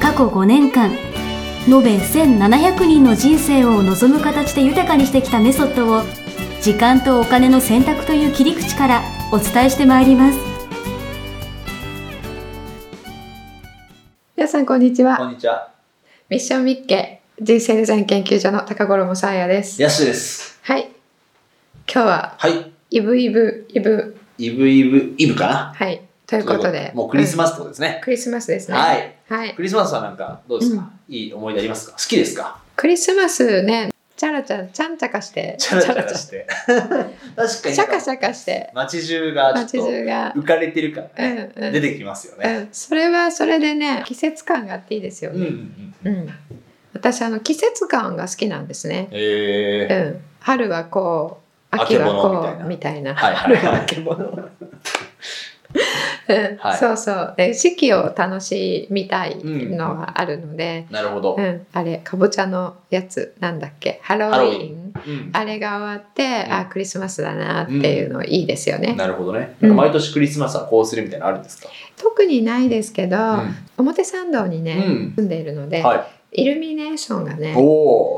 過去5年間延べ1700人の人生を望む形で豊かにしてきたメソッドを時間とお金の選択という切り口からお伝えしてまいります皆さんこんにちこんは。にちは。ミッションミッケ人生デザイン研究所の高頃もさあやです。ヤッシーです。はい。今日ははい。イブイブイブイブイブ、イブかなはいといとうことでもうクリスス、マスってことですうねん。クリスマスですね。はい。はい。クリスマスはなんか、どうですか、いい思い出ありますか好きですかクリスマスねチャラチャラちゃんちゃかしてチャラチャラして。確かにチなんャかカチャカして街中が街ちょっ中がと浮かれてるからうんね、うん出てきますようね。んそれはそれでね季節感があっていいですようんうんね。うん。うん。私あの季節感が好きなんですね。えうー。ん。春はこう。秋はあけこぼうのみみたいな。はいはい春ははあいけぼの。はいそうそうで四季を楽しみたいのはあるので、なるほどうん。あれかぼちゃのやつなんだっけハロウィハロウーィンうん。あれが終わって、うんあクリスマスだなっていうのいいですよね、なるほどね。うんなんか毎年クリスマスはこうするみたいなのあるんですか、特にないですけど、うん表参道にね、うん住んでいるので、はイルミネーションがねい。お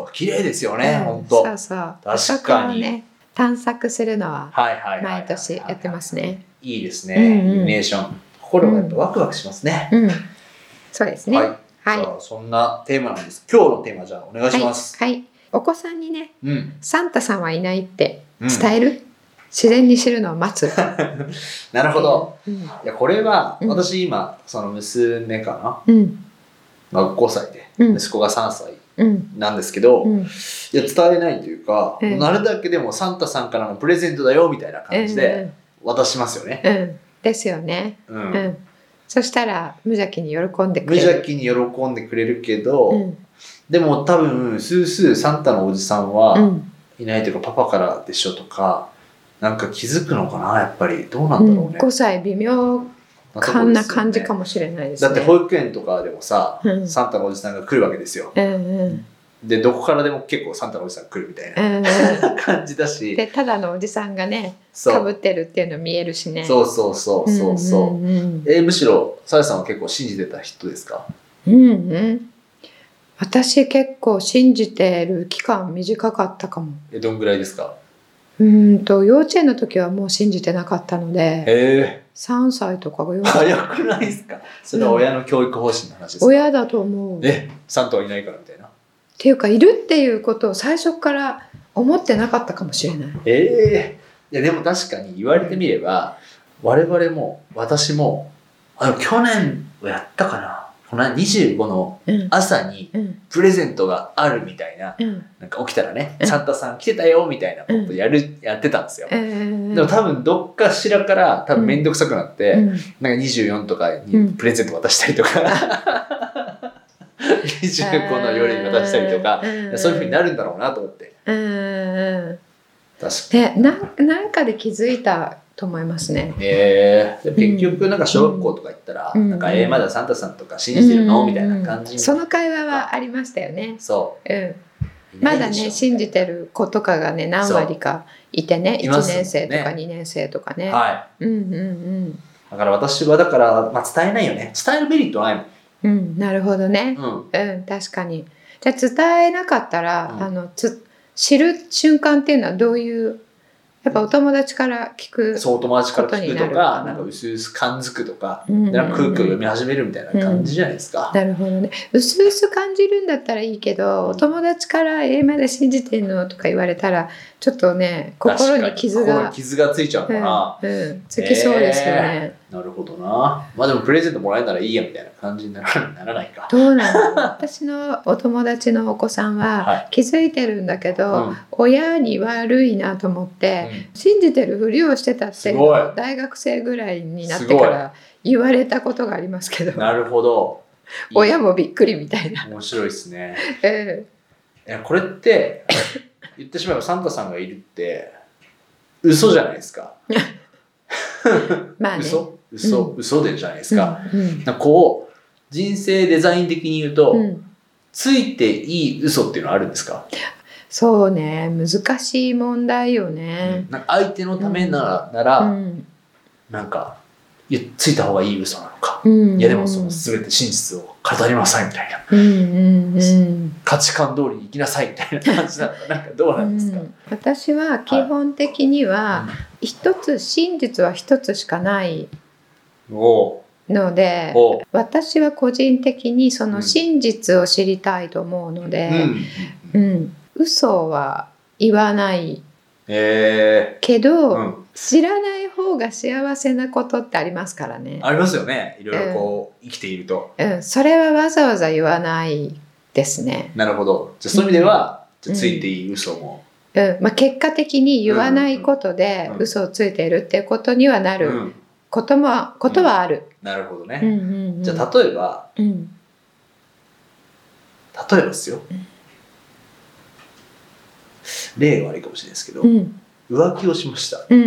お綺麗ですよね、うんほんと。そうそうかにそこをね探索するのははいはいはいはい。毎年やってますね、いいですね、うんうんイルミネーション。心がやっぱワクワクしますね。うんそうですねはい。はいじゃあそんなテーマなんです。今日のテーマじゃあお願いします。はい、はいお子さんにねうん。サンタさんはいないってうん伝える、自然に知るのを 待つななるほど。、うんいやこれはうん私今その娘かうんな、まあ、5歳でうん息子が3歳うんなんですけど、ういんや伝えないというか、ええなるだけでもサンタさんからのプレゼントだよみたいな感じでう渡しますよね。んうんうんですよね、う。うんんそしたら無邪気に喜んでく無れる邪気に喜んでくれるけど、うんでも多分スースーサンタのおじさんは、うんいないというかパパからでしょとかなんか気づくのかなやっぱりどうなうんだろうねん、、5歳微妙かな感じかももしれないですだねって保育園とかでもさ、うんサンタのおじさんが来るわけですようんうんでどこからでも結構サンタのおじさん来るみたいうんうんな感じだしでただのおじさんがねそかぶっうてるっていうの見えるしねそうそうそうそうそう、んうんえーむしろさやさんは結構信じてた人ですかうんうんうん私結構信じてる期間短かったかもえどんぐらいですかうーんと幼稚園の時はもう信じてなかったのでえ3歳とかが幼ー、稚園早くないですかそれは親の教育方針の話ですか、親だと思う。っねサンタはいないからみたいなていうかいるっていうことを最初から思ってなかったかもしれない。ええいやでも確かに言われてみれば、我々も私もあの去年はやったかなこの25のうん朝にうんプレゼントがあるみたいなうんなんか起きたらねうんサンタさん来てたよみたいなことやる、やってたんですよ、うんでも多分どっかしらから多分面倒くさくなって、うんなんか24とかうにんプレゼント渡したりとか、25の夜に渡したりとか、そういうふうになるんだろうなと思ってうんうん確かでになんなんかで気づいたと思いますね。えー、で結局なんか小学校とか行ったら、うんなんかえーまだサンタさんとか信じてるの、みたいな感うじんその会話はありましたよね。そうん、うまだね信じててる子とかがね何割かいてねいま1すもんね年生とか2年生とかね。はうんうんいだから私はだから、まあ、伝えないよね伝えるメリットはないうんうんなるほどねもん、うん、うん確かにじゃあ伝えなかったら、うんあのつ知る瞬間っていうのはどういうやっぱお友達から聞くそう友達から聞くこととにかなるなんかうすうす感づくとか,、うんうんうんなんか空気を読み始めるみたいな感じじゃないですか、なるほどねうすうす感じるんだったらいいけど、うんお友達から「えまだ信じてんの?」とか言われたらちょっとね心に傷確かに心がに傷がついちゃうのかな、うんうん、つきそうですよね、なるほどなまあでもプレゼントもらえるならいいやみたいな感じにならならないか、どうなの私のお友達のお子さんはは気づいてるんだけうど、ん親に悪いなと思って、うん信じてるふりをしてたっていうのすごをい大学生ぐらいになってすかごいら言われたことがありますけどなるほど。親もびっくりみた いな。面白いですね。えいやこれって 言ってしまえばサンタさんがいるって嘘じゃないですか。えまあね。嘘嘘、う嘘でじゃないでうすんか。うんなんかこう人生デザイン的に言うと、うんついていい嘘っていうのはあるんですか,、そうね難しい問題よね。なんか相手のためなら,、ならうんなんかいやついた方がいい嘘なのか、うんいやでもその全て真実を語りなさいみたいなうんうんうん価値観通りに生きなさいみたいな感じなのかなんかどうなんですか、うん私は基本的には一つ真実は一つしかないおうのでおう、私は個人的にその真実を知りたいと思うのうで、ん、うん、嘘は言わないえけど、ーうん、知らない方が幸せなことってありますからね、ありますよねいろいろこう生きていると、うん、それはわざわざ言わないですね、なるほどじゃあそういう意味では、うんじゃあついていい嘘も、うんまあ、結果的に言わないことでうん嘘をついているっていうことにはなうるん、こともことはある、なるほどね、うんうんうん、じゃあ例えばうん例えばですよ、例が悪いかもしれないですけど、うん浮気をしましたうんう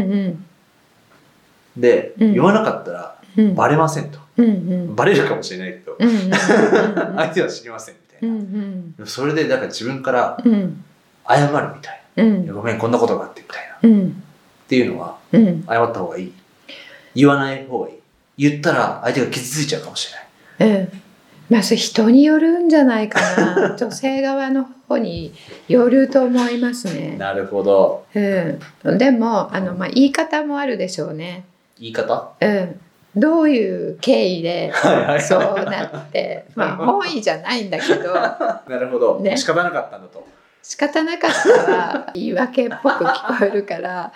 んで、うん言わなかったらうんバレませんと、うんうんバレるかもしれないけど、うんうん相手は知りませんみたういな、んでもそれでなんか自分からうんうん謝るみたいうんうな、んごめんこんなことがあってみたいなっうんていうのはうん謝った方がいい言わない方がいい言ったら相手が傷ついちゃうかもしれないうん、まあそれ人によるんじゃないかな女性側の方によると思いますね。なるほどうん、でもあの、まあ、言い方もあるでしょうね。言い方うん、どういう経緯ではいはそうなってまあ本意じゃないんだけどなるほど、ね仕方なかったんだと仕方なかったら言い訳っぽく聞こえるから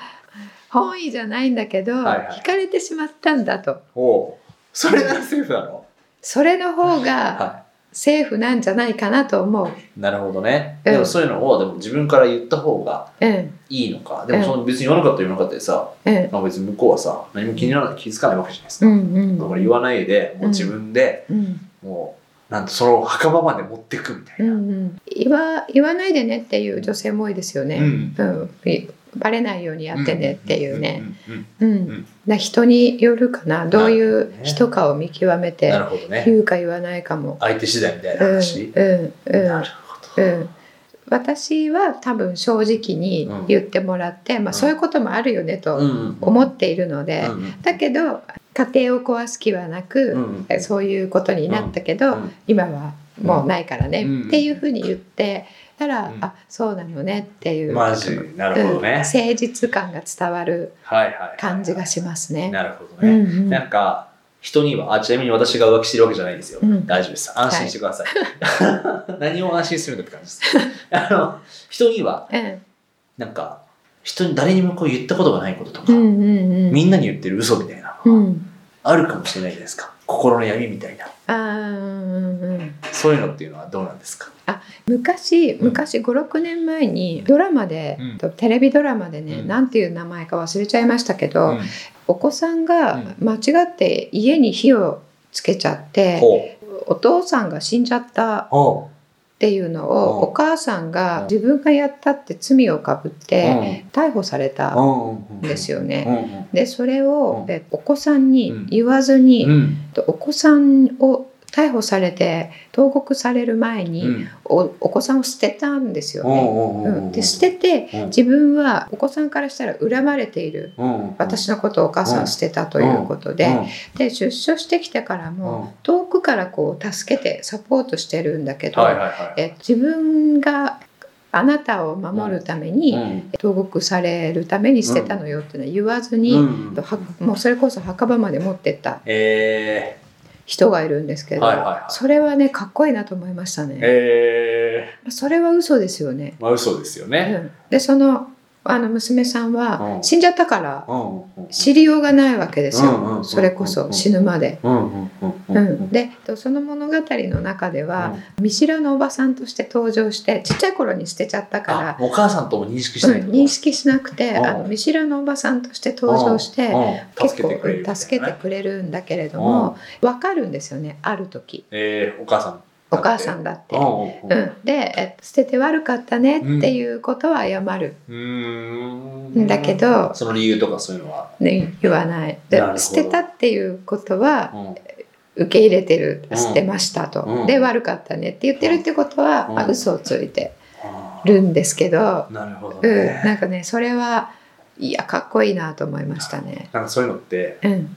本意じゃないんだけど、はいはい惹かれてしまったんだとおうそれならセーフなのそれの方がはセーフなんじゃないかなと思う。いなるほどね、うんでもそういうのをでも自分から言った方がうんいいのかでもその別に言わなかったら言わなかったでさ、うんまあ、別に向こうはさ何も気にならない気づかないわけじゃないですうか、んうんだから言わないでもう自分でうんもうなんとその墓場まで持ってくみたういな、んうん、言わ言わないでねっていう女性も多いですようね、んうんいバレないようにやってねっていうね、うんうんうんうんんだ人によるかなどういう人かを見極めうんてなるほどね言うか言わないかも、相手次第みたいなうんうん話、なうるほんうん、私は多分正直に言ってもらって、まあ、そういうこともあるよねど、うとんうん思っているので、うんうんだけど家庭を壊す気はなうく、んそういうことになったけど、うん今はもうないからね、うんっていうふうに言ってたら、うんあそうなのねっていうマジなるほどうんね、誠実感が伝わるはいはいはい感じがしますね。なるほどね、うんうんなんか人にはあちなみに私が浮気してるわけじゃないんですよ、うん大丈夫です安心してください、 何を安心するんだって感じですあの人にはうんなんか人に誰にもこう言ったことがないこととか、うんうんみんなに言ってる嘘みたいなうのがんあるかもしれないじゃないですか心の闇みたいなあーうんうんそういうのっていうのはどうなんですか、昔うん昔56年前にドラマで、うんとテレビドラマでね、うんなんていう名前か忘れちゃいましたけど、うんお子さんが間違って家に火をつけちゃって、ほうお父さんが死んじゃったほっていうのうをんお母さんうんが自分がやったって罪をかぶっうてん逮捕されたんうんですよよね。ねでそれをうんえお子さんうにん言わずうにんお子さんを逮捕されて投獄される前におお子さんを捨てたんですよね。うん、で捨ててうん自分はお子さんからしたら恨まれている私のことをお母さんは捨てたということでで出所してきてからもも遠くからこう助けてサポートしてるんだけど、はいはいはいえ自分があなたを守るために、うん投獄されるために捨てたのよっていうのは言わずに、うんはもうそれこそ墓場まで持ってったえ人がいるんですけーど、はいはいはいそれはねかっこいいなと思いましたね。えそれは嘘ですよね。ー、まあ嘘ですようね。ん、でそのあの娘さんうはん死んじゃったからうんうん知りようがないわけですうんうんうんうよんそれこそ死ぬまで。うんうんうんうんう、うんんでとその物語の中では、見知らぬおばさんとして登場してちっちゃい頃に捨てちゃったかあら、お母さんとも認識しうてないん、認識しなくてうんあの見知らぬおばさんとして登場して、うん結助けてくれるみたいなね、構助けてくれるんだけれども、わかるんですよねある時えーお母さんだってお母さんだって。うんうんでえ捨てて悪かったねっていうことは謝る、うんだけどその理由とかそういうのは、ね、言わないでなるほど捨てたっていうことうはん受け入れてるうん捨てましたと、うんで悪かったねって言ってるってことは、うんまあ、嘘をついてるんですけど、なるほどうね、ん、なんかねそれはいやかっこいいなと思いましたね。なんかそういうのってうん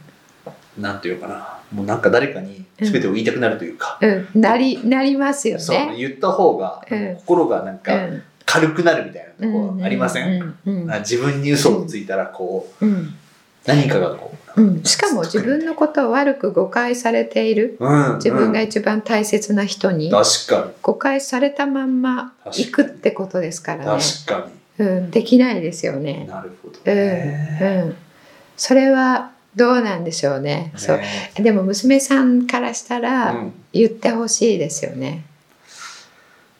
なんていうかなもうなんか誰かに全てを言いたくなるというか、うん、なりなりますよそうね。言った方がうん心がなんうかん軽くなるみたいなとこありません、うんうんなんか自分に嘘をついたらこううん何かがこう、うん、しかも自分のことを悪く誤解されているうん、自分がうん一番大切な人に確か誤解されたまんま行くってことですかにらね、確かうん、できないですよにね、なるほどうんうね、ん、それはどうなんでしょうねそうねでも娘さんからしたうらん言ってほしいですよね、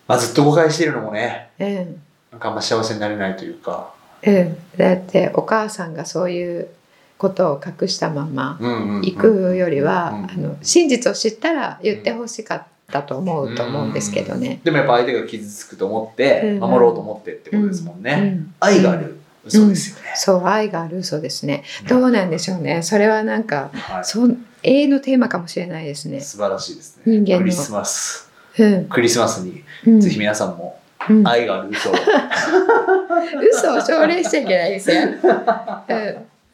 まあ、ずっと誤解してるのもねうんなんかあんま幸せになれないというか、うん、だってお母さんがそういうことを隠したままうんうんうん行くよりは、うんあの真実を知ったら言ってほしかったと思うと思うんですけどね。でもやっぱ相手が傷つくと思ってうん守ろうと思ってってことですもんね、うん愛がある嘘ですよね、そう愛がある嘘ですね。どうなんでしょうね。それはなんかはい、素そん永遠のテーマかもしれないですね。晴らしいです人間ねのクリスマスうん、クリスマスにうん、ぜひ皆さんもうん愛がある嘘を嘘を奨励しちゃいけないですよ。うん、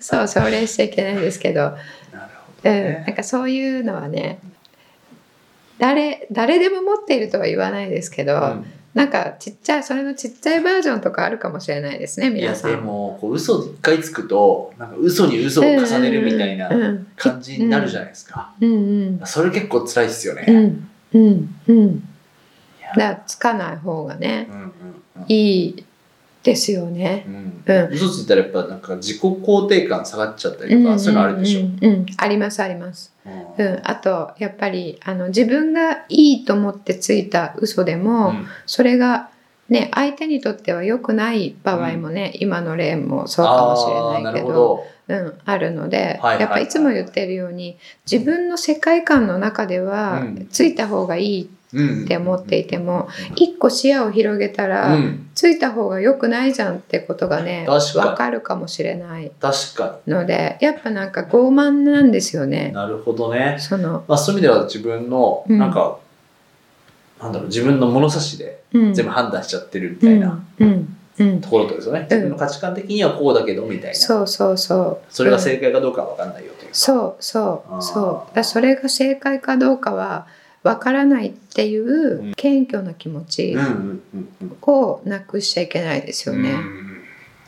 そう奨励しちゃいけないですけど、なるほうどん、ねなんかそういうのはね、誰誰でも持っているとは言わないですけど、なんかちっちゃいそれのちっちゃいバージョンとかあるかもしれないですねうんいや皆さでん。もこう嘘一回つくとなんか嘘に嘘を重ねるみたいなうんうん感じになるじゃないですか、うんそれ結構辛いですよね、うんうんうんうんいやだからつかない方がねうんうんいいですよね。うんううん、嘘ついたらやっぱなんか自己肯定感下がっちゃったりとか、そういうのあるでしょ、うんうんうんありますあります。ううんん、あとやっぱりあの自分がいいと思ってついた嘘でも、うんそれがね相手にとっては良くない場合もね、今の例もそうかもしれあーなないるけほどどうん、あるので、はいはいはいやっぱいつも言ってるように自分の世界観の中では、うんついた方がいいっって思っていても、一個視野を広げたうら、ん、ついた方が良くないじゃんってことがね確かに分かるかもしれない確かのでやっぱなんか傲慢なんですよにね。なるほどね、その、まあ、そういう意味では自分のうんなんか、なんだろう自分の物差しでうん、全部判断しちゃってるみたいなうんうんうんところってことですよね、自分の価値観的にはこうだけどみたいな、そうそうそうそれが正解かどうかは分かんないよという、そうそあーうそうだからそれが正解かどうかは分からないっていう謙虚な気持ちうんうんうんうんをなくしちゃいけないですよね。うんう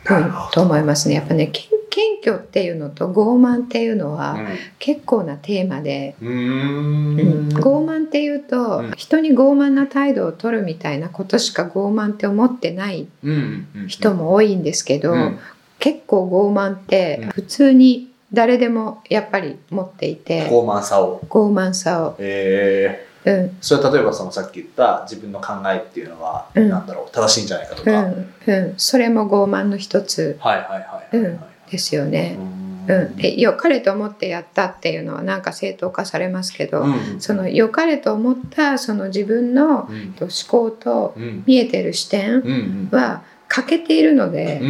なるんほ、どと思いますね。やっぱね謙謙虚っていうのと傲慢っていうのは結構なテーマで、うんうん傲慢っていうと、うん人に傲慢な態度を取るみたいなことしか傲慢って思ってないうん人も多いんですけど、うん結構傲慢ってうん普通に誰でもやっぱり持っていて、傲慢さを傲慢さを、えうんー、それは例えばそのさっき言った自分の考えっていうのはうんなんだろう、正しいんじゃないかとうか、はいんうん、それも傲慢の一つはいはいはいはいはいですよね。ううん、で良かれと思ってやったっていうのはなんか正当化されますけど、うんその良かれと思ったその自分のうんと思考とうん見えてる視点うんは欠けているので、う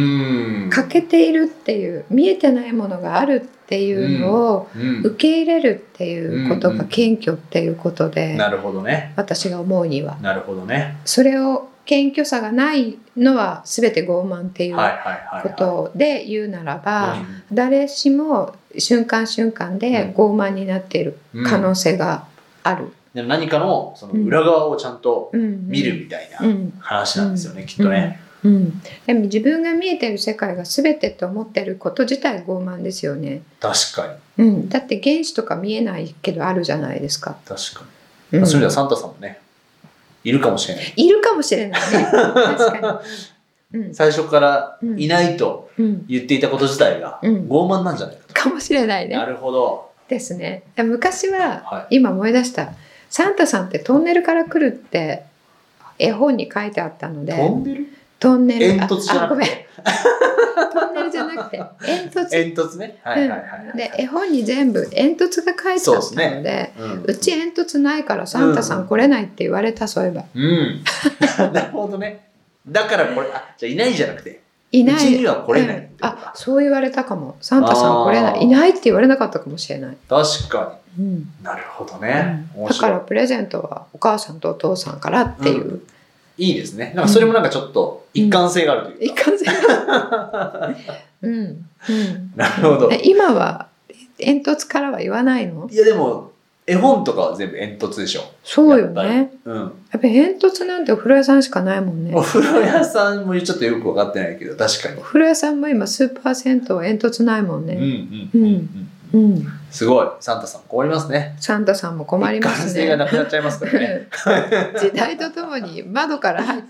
ん欠けているっていう見えてないものがあるっていうのをうん受け入れるっていうことうんうがん謙虚っていうことで、なるほどね私が思うにはなるほどねそれを謙虚さがないのは全て傲慢っていうはいこはいはいはいとで言うならば、うん誰しも瞬間瞬間で傲慢になっている可能性がある。でも何かのその裏側をちゃんとうん見るみたいなうん話なんですよねきっとねうん、でも自分が見えてる世界が全てと思ってること自体傲慢ですよね、確かにうん、だって原子とか見えないけどあるじゃないですか、確かうにんまあそういう意味ではサンタさんもねいるかもしれないいるかもしれないね確かうん最初からいないとうん言っていたこと自体がうん傲慢なんじゃないかかもしれないと。ねなるほど。ですね昔はは今思い出したサンタさんってトンネルから来るって絵本に書いてあったのい。で飛んでるトンネル煙突じゃなくてあごめんトンネルじゃなくて煙突煙突ね。はいはいはいはい。で絵本に全部煙突が書いてあそっうたですのでうねうんち煙突ないからサンタさん来れないって言われた、そういえばうん。 なるほどね。だからこれ、あ、じゃあいないじゃなくて、いうちないには来れないっうてんことあか。そう言われたかもサンタさん来れなあいーいないって言われなかったかもしれない、確かうんに。なるほどね。面だか白いら。プレゼントはお母さんとお父さんからっていう、ういいですね。なんかそれもなんかちょっと一貫性があるというか。一貫性うん、うん、なるほど。え今は煙突からは言わないのいやでも、絵本とかは全部煙突でしょ。そうよやねうん。やっぱり煙突なんてお風呂屋さんしかないもんねお風呂屋さんもちょっとよく分かってないけど、確かにお。風呂屋さんも今スーパー銭湯煙突ないもんうんね、うんうんううんん。うんすごい。サンタさん困りますね。サンタさんも困ります一貫性がねなくなっちゃいますからね。 時代とともに窓から入って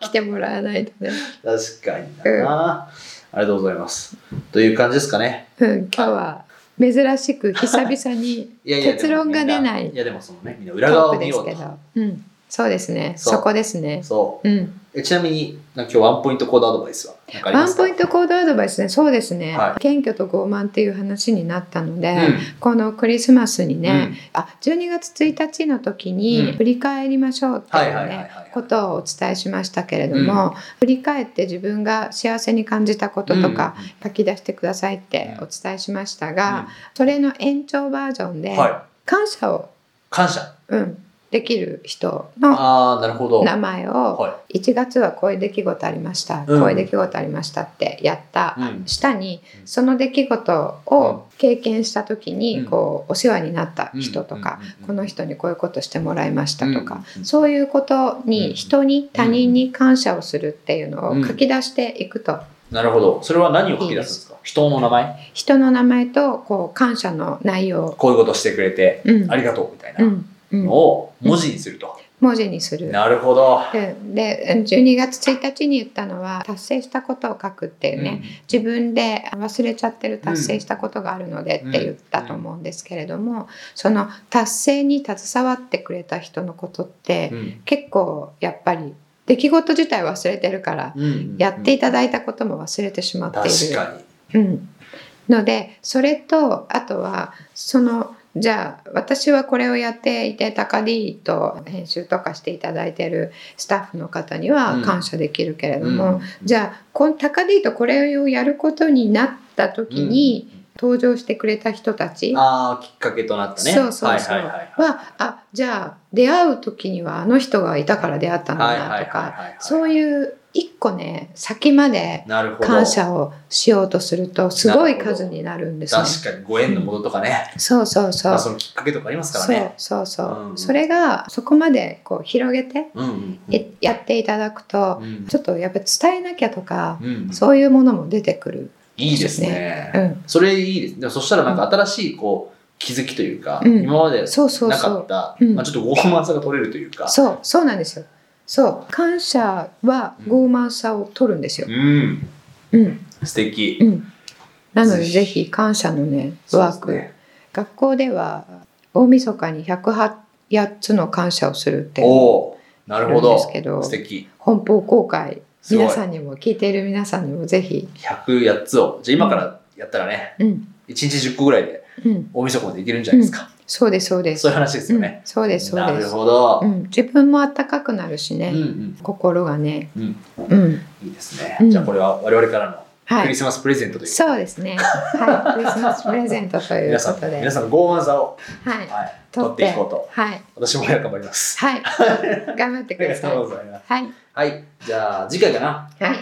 来てもらわないとね、確かにな、ありがとうございます。という感じですかね。うん、今日は珍しく久々にいやいや結論が出ないでもみんいやでもそのね、みんなト裏側ークを見でよすうけと。ど、うん、そうですねそうそこですねそう。うん、えちなみに、なんか今日ワンポイントコードアドバイスはなんかありワまンすかポイント行動アドバイスねそうですね、は謙虚と傲慢っていう話になったので、うんこのクリスマスにね、うんあ12月1日の時うにん振り返りましょうっていうね、はいはいはいはいことをお伝えしましたけれども、振り返って自分が幸せに感じたこととか、書き出してくださいってお伝えしましたうんが、それの延長バージョンうでんはい。感謝を、感謝。うん、できる人のああ、なるほど。名前をは1月はこういう出来事ありました、うんこういう出来事ありましたってやったい。うん。下にうんその出来事を経験した時にうんこうお世話になった人とかうんうんうんうんこの人にこういうことしてもらいましたとかうんうんそういうことに人に他人に感謝をするっていうのうをん書き出していくとなるほど。それは何を書き出すんですか人の名前人の名前とこう感謝の内容こういうことしてくれて、うんありがとうみたいうなんうんのを文字にすると。文字にする。なるほど。うんで12月1日に言ったのは達成したことを書くっていうね、自分で忘れちゃってる達成したことがあるのでって言ったと思うんですけれども、その達成に携わってくれた人のことってうんうん結構やっぱり出来事自体忘れてるからうんうんやっていただいたことも忘れてしまってい確る。かに。うん、のでそれとあとはそのじゃあ私はこれをやっていて高 D と編集とかしていただいてるスタッフの方には感謝できるけれども、じゃゃあこの高 D とこれをやることになった時に、登場してくれた人たちは、ああ、きっかけとなったね。そうそうそうはいはいはいはい。あじゃあ出会う時にはあの人がいたから出会ったんだなとかそうういう一個ね先までなるほど感謝をしようとするとすごい数になるんですね。確かにご縁のものとかね、そうそうそまう。あ、そそうのきっかけとかありますからね。そうそう。うんそれがそこまでこう広げて、うんうんうんえやっていただくと、うんちょっとやっぱ伝えなきゃとか、うんうんそういうものも出てくる。いいですねうん。それいいですね。でもそしたらなんか新しいこう気づきというか、うん今までそうそうなそかうっ。た、うんまあ、ちょっと傲慢さが取れるというか。そうそうなんですよ。そう感謝は傲慢さを取るんですよう。ん、うん素敵。うん。なのでぜひぜひ感謝のねワーそうク、ですね学校では大晦日に108つの感謝をするっておお、なるやほるんど。ですけど素敵。本邦公開すごい皆。さんにも聞いている皆さんにもぜひ。 108つを。じゃあ今からやったらね、うん1日10個ぐらいでうん。大晦日までいけるんじゃないですか。そうですそうです。そういう話ですようね。んそうですそうなでるす。ほどう。ん、自分も暖かくなるしね、うんうん心がね、うんうん、いいですねうん。じゃあこれは我々からのはクリい、スマスプレゼントというかそうですね、はい、クリスマスプレゼントという皆こさとんで、皆さんの傲慢さを、はい、はい、取取っってていこうとはい、私も頑張ります。はい、 頑張ってあくりだがさい。とうごはざいます。い、はい、じゃあ次回かな。はい、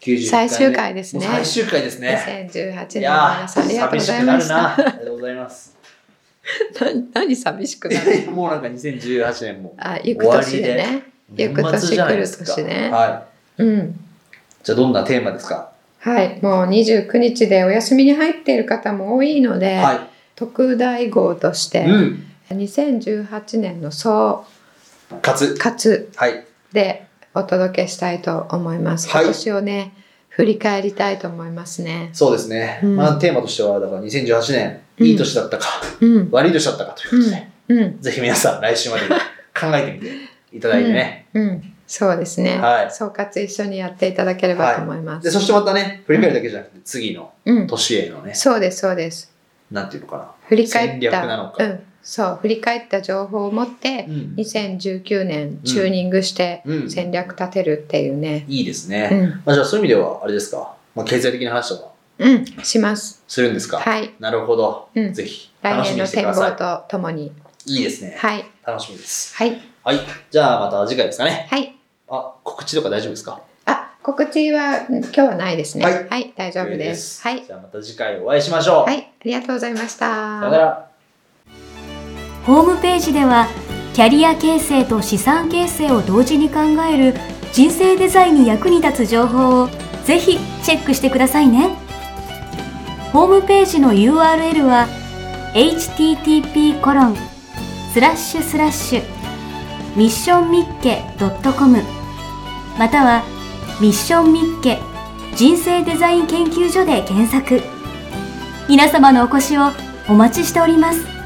91最回目終回ですねもう最終回ですね。 2018年のいや皆さんありーがとうご寂しざくいなまるしな。た。ありがとうござい ます。何何寂しくなる？もうなんか2018年もあ、行く年でね、年末じゃないですか。行く年来る年ねはうん。い。じゃあどんなテーマですか。はい、もう29日でお休みに入っている方も多いので、は特大号としい。て、うん。 2018年の総勝つ。括はい。でお届けしたいと思います。はい今年をね、振り返りたいと思いますね。そうですね、うんまあ、テーマとしてはだから2018年うんいい年だったか、うん。悪い年だったかということで、うん。ぜひ皆さん来週までに考えてみていただいてね、うん。そうですね。はい総括一緒にやっていただければと思います。でそしてまたね振り返るだけじゃなくて次のうん。年へのね、そうです、そうです。なんていうのか振り返戦っ略た。なのかうん。そう。振り返った情報を持ってな、、うん2019年チューニングしてうん、戦略立てるっていうね。いいですね、うん。まあ、じゃあそういう意味ではあれですか、まあ、経済的な話とかうん。します。するんですか、はい。なるほど、うんぜひ楽来し年みにのしてく展ださ望いとともに。いいですね、はい。楽しみですはい。はいじゃあまた次回ですかねはい。あ告知とか大丈夫ですかあ、告知はうん今日はないですね。ははいい、大丈夫です。はい、じゃあまた次回お会いしましょう、はい、ありがとうございました。さよならホームページではキャリア形成と資産形成を同時に考える人生デザインに役に立つ情報をぜひチェックしてくださいねホームページの URL は http コロンスラッシュスラッシュミッションミッケ .com またはミッションミッケ人生デザイン研究所で検索皆様のお越しをお待ちしております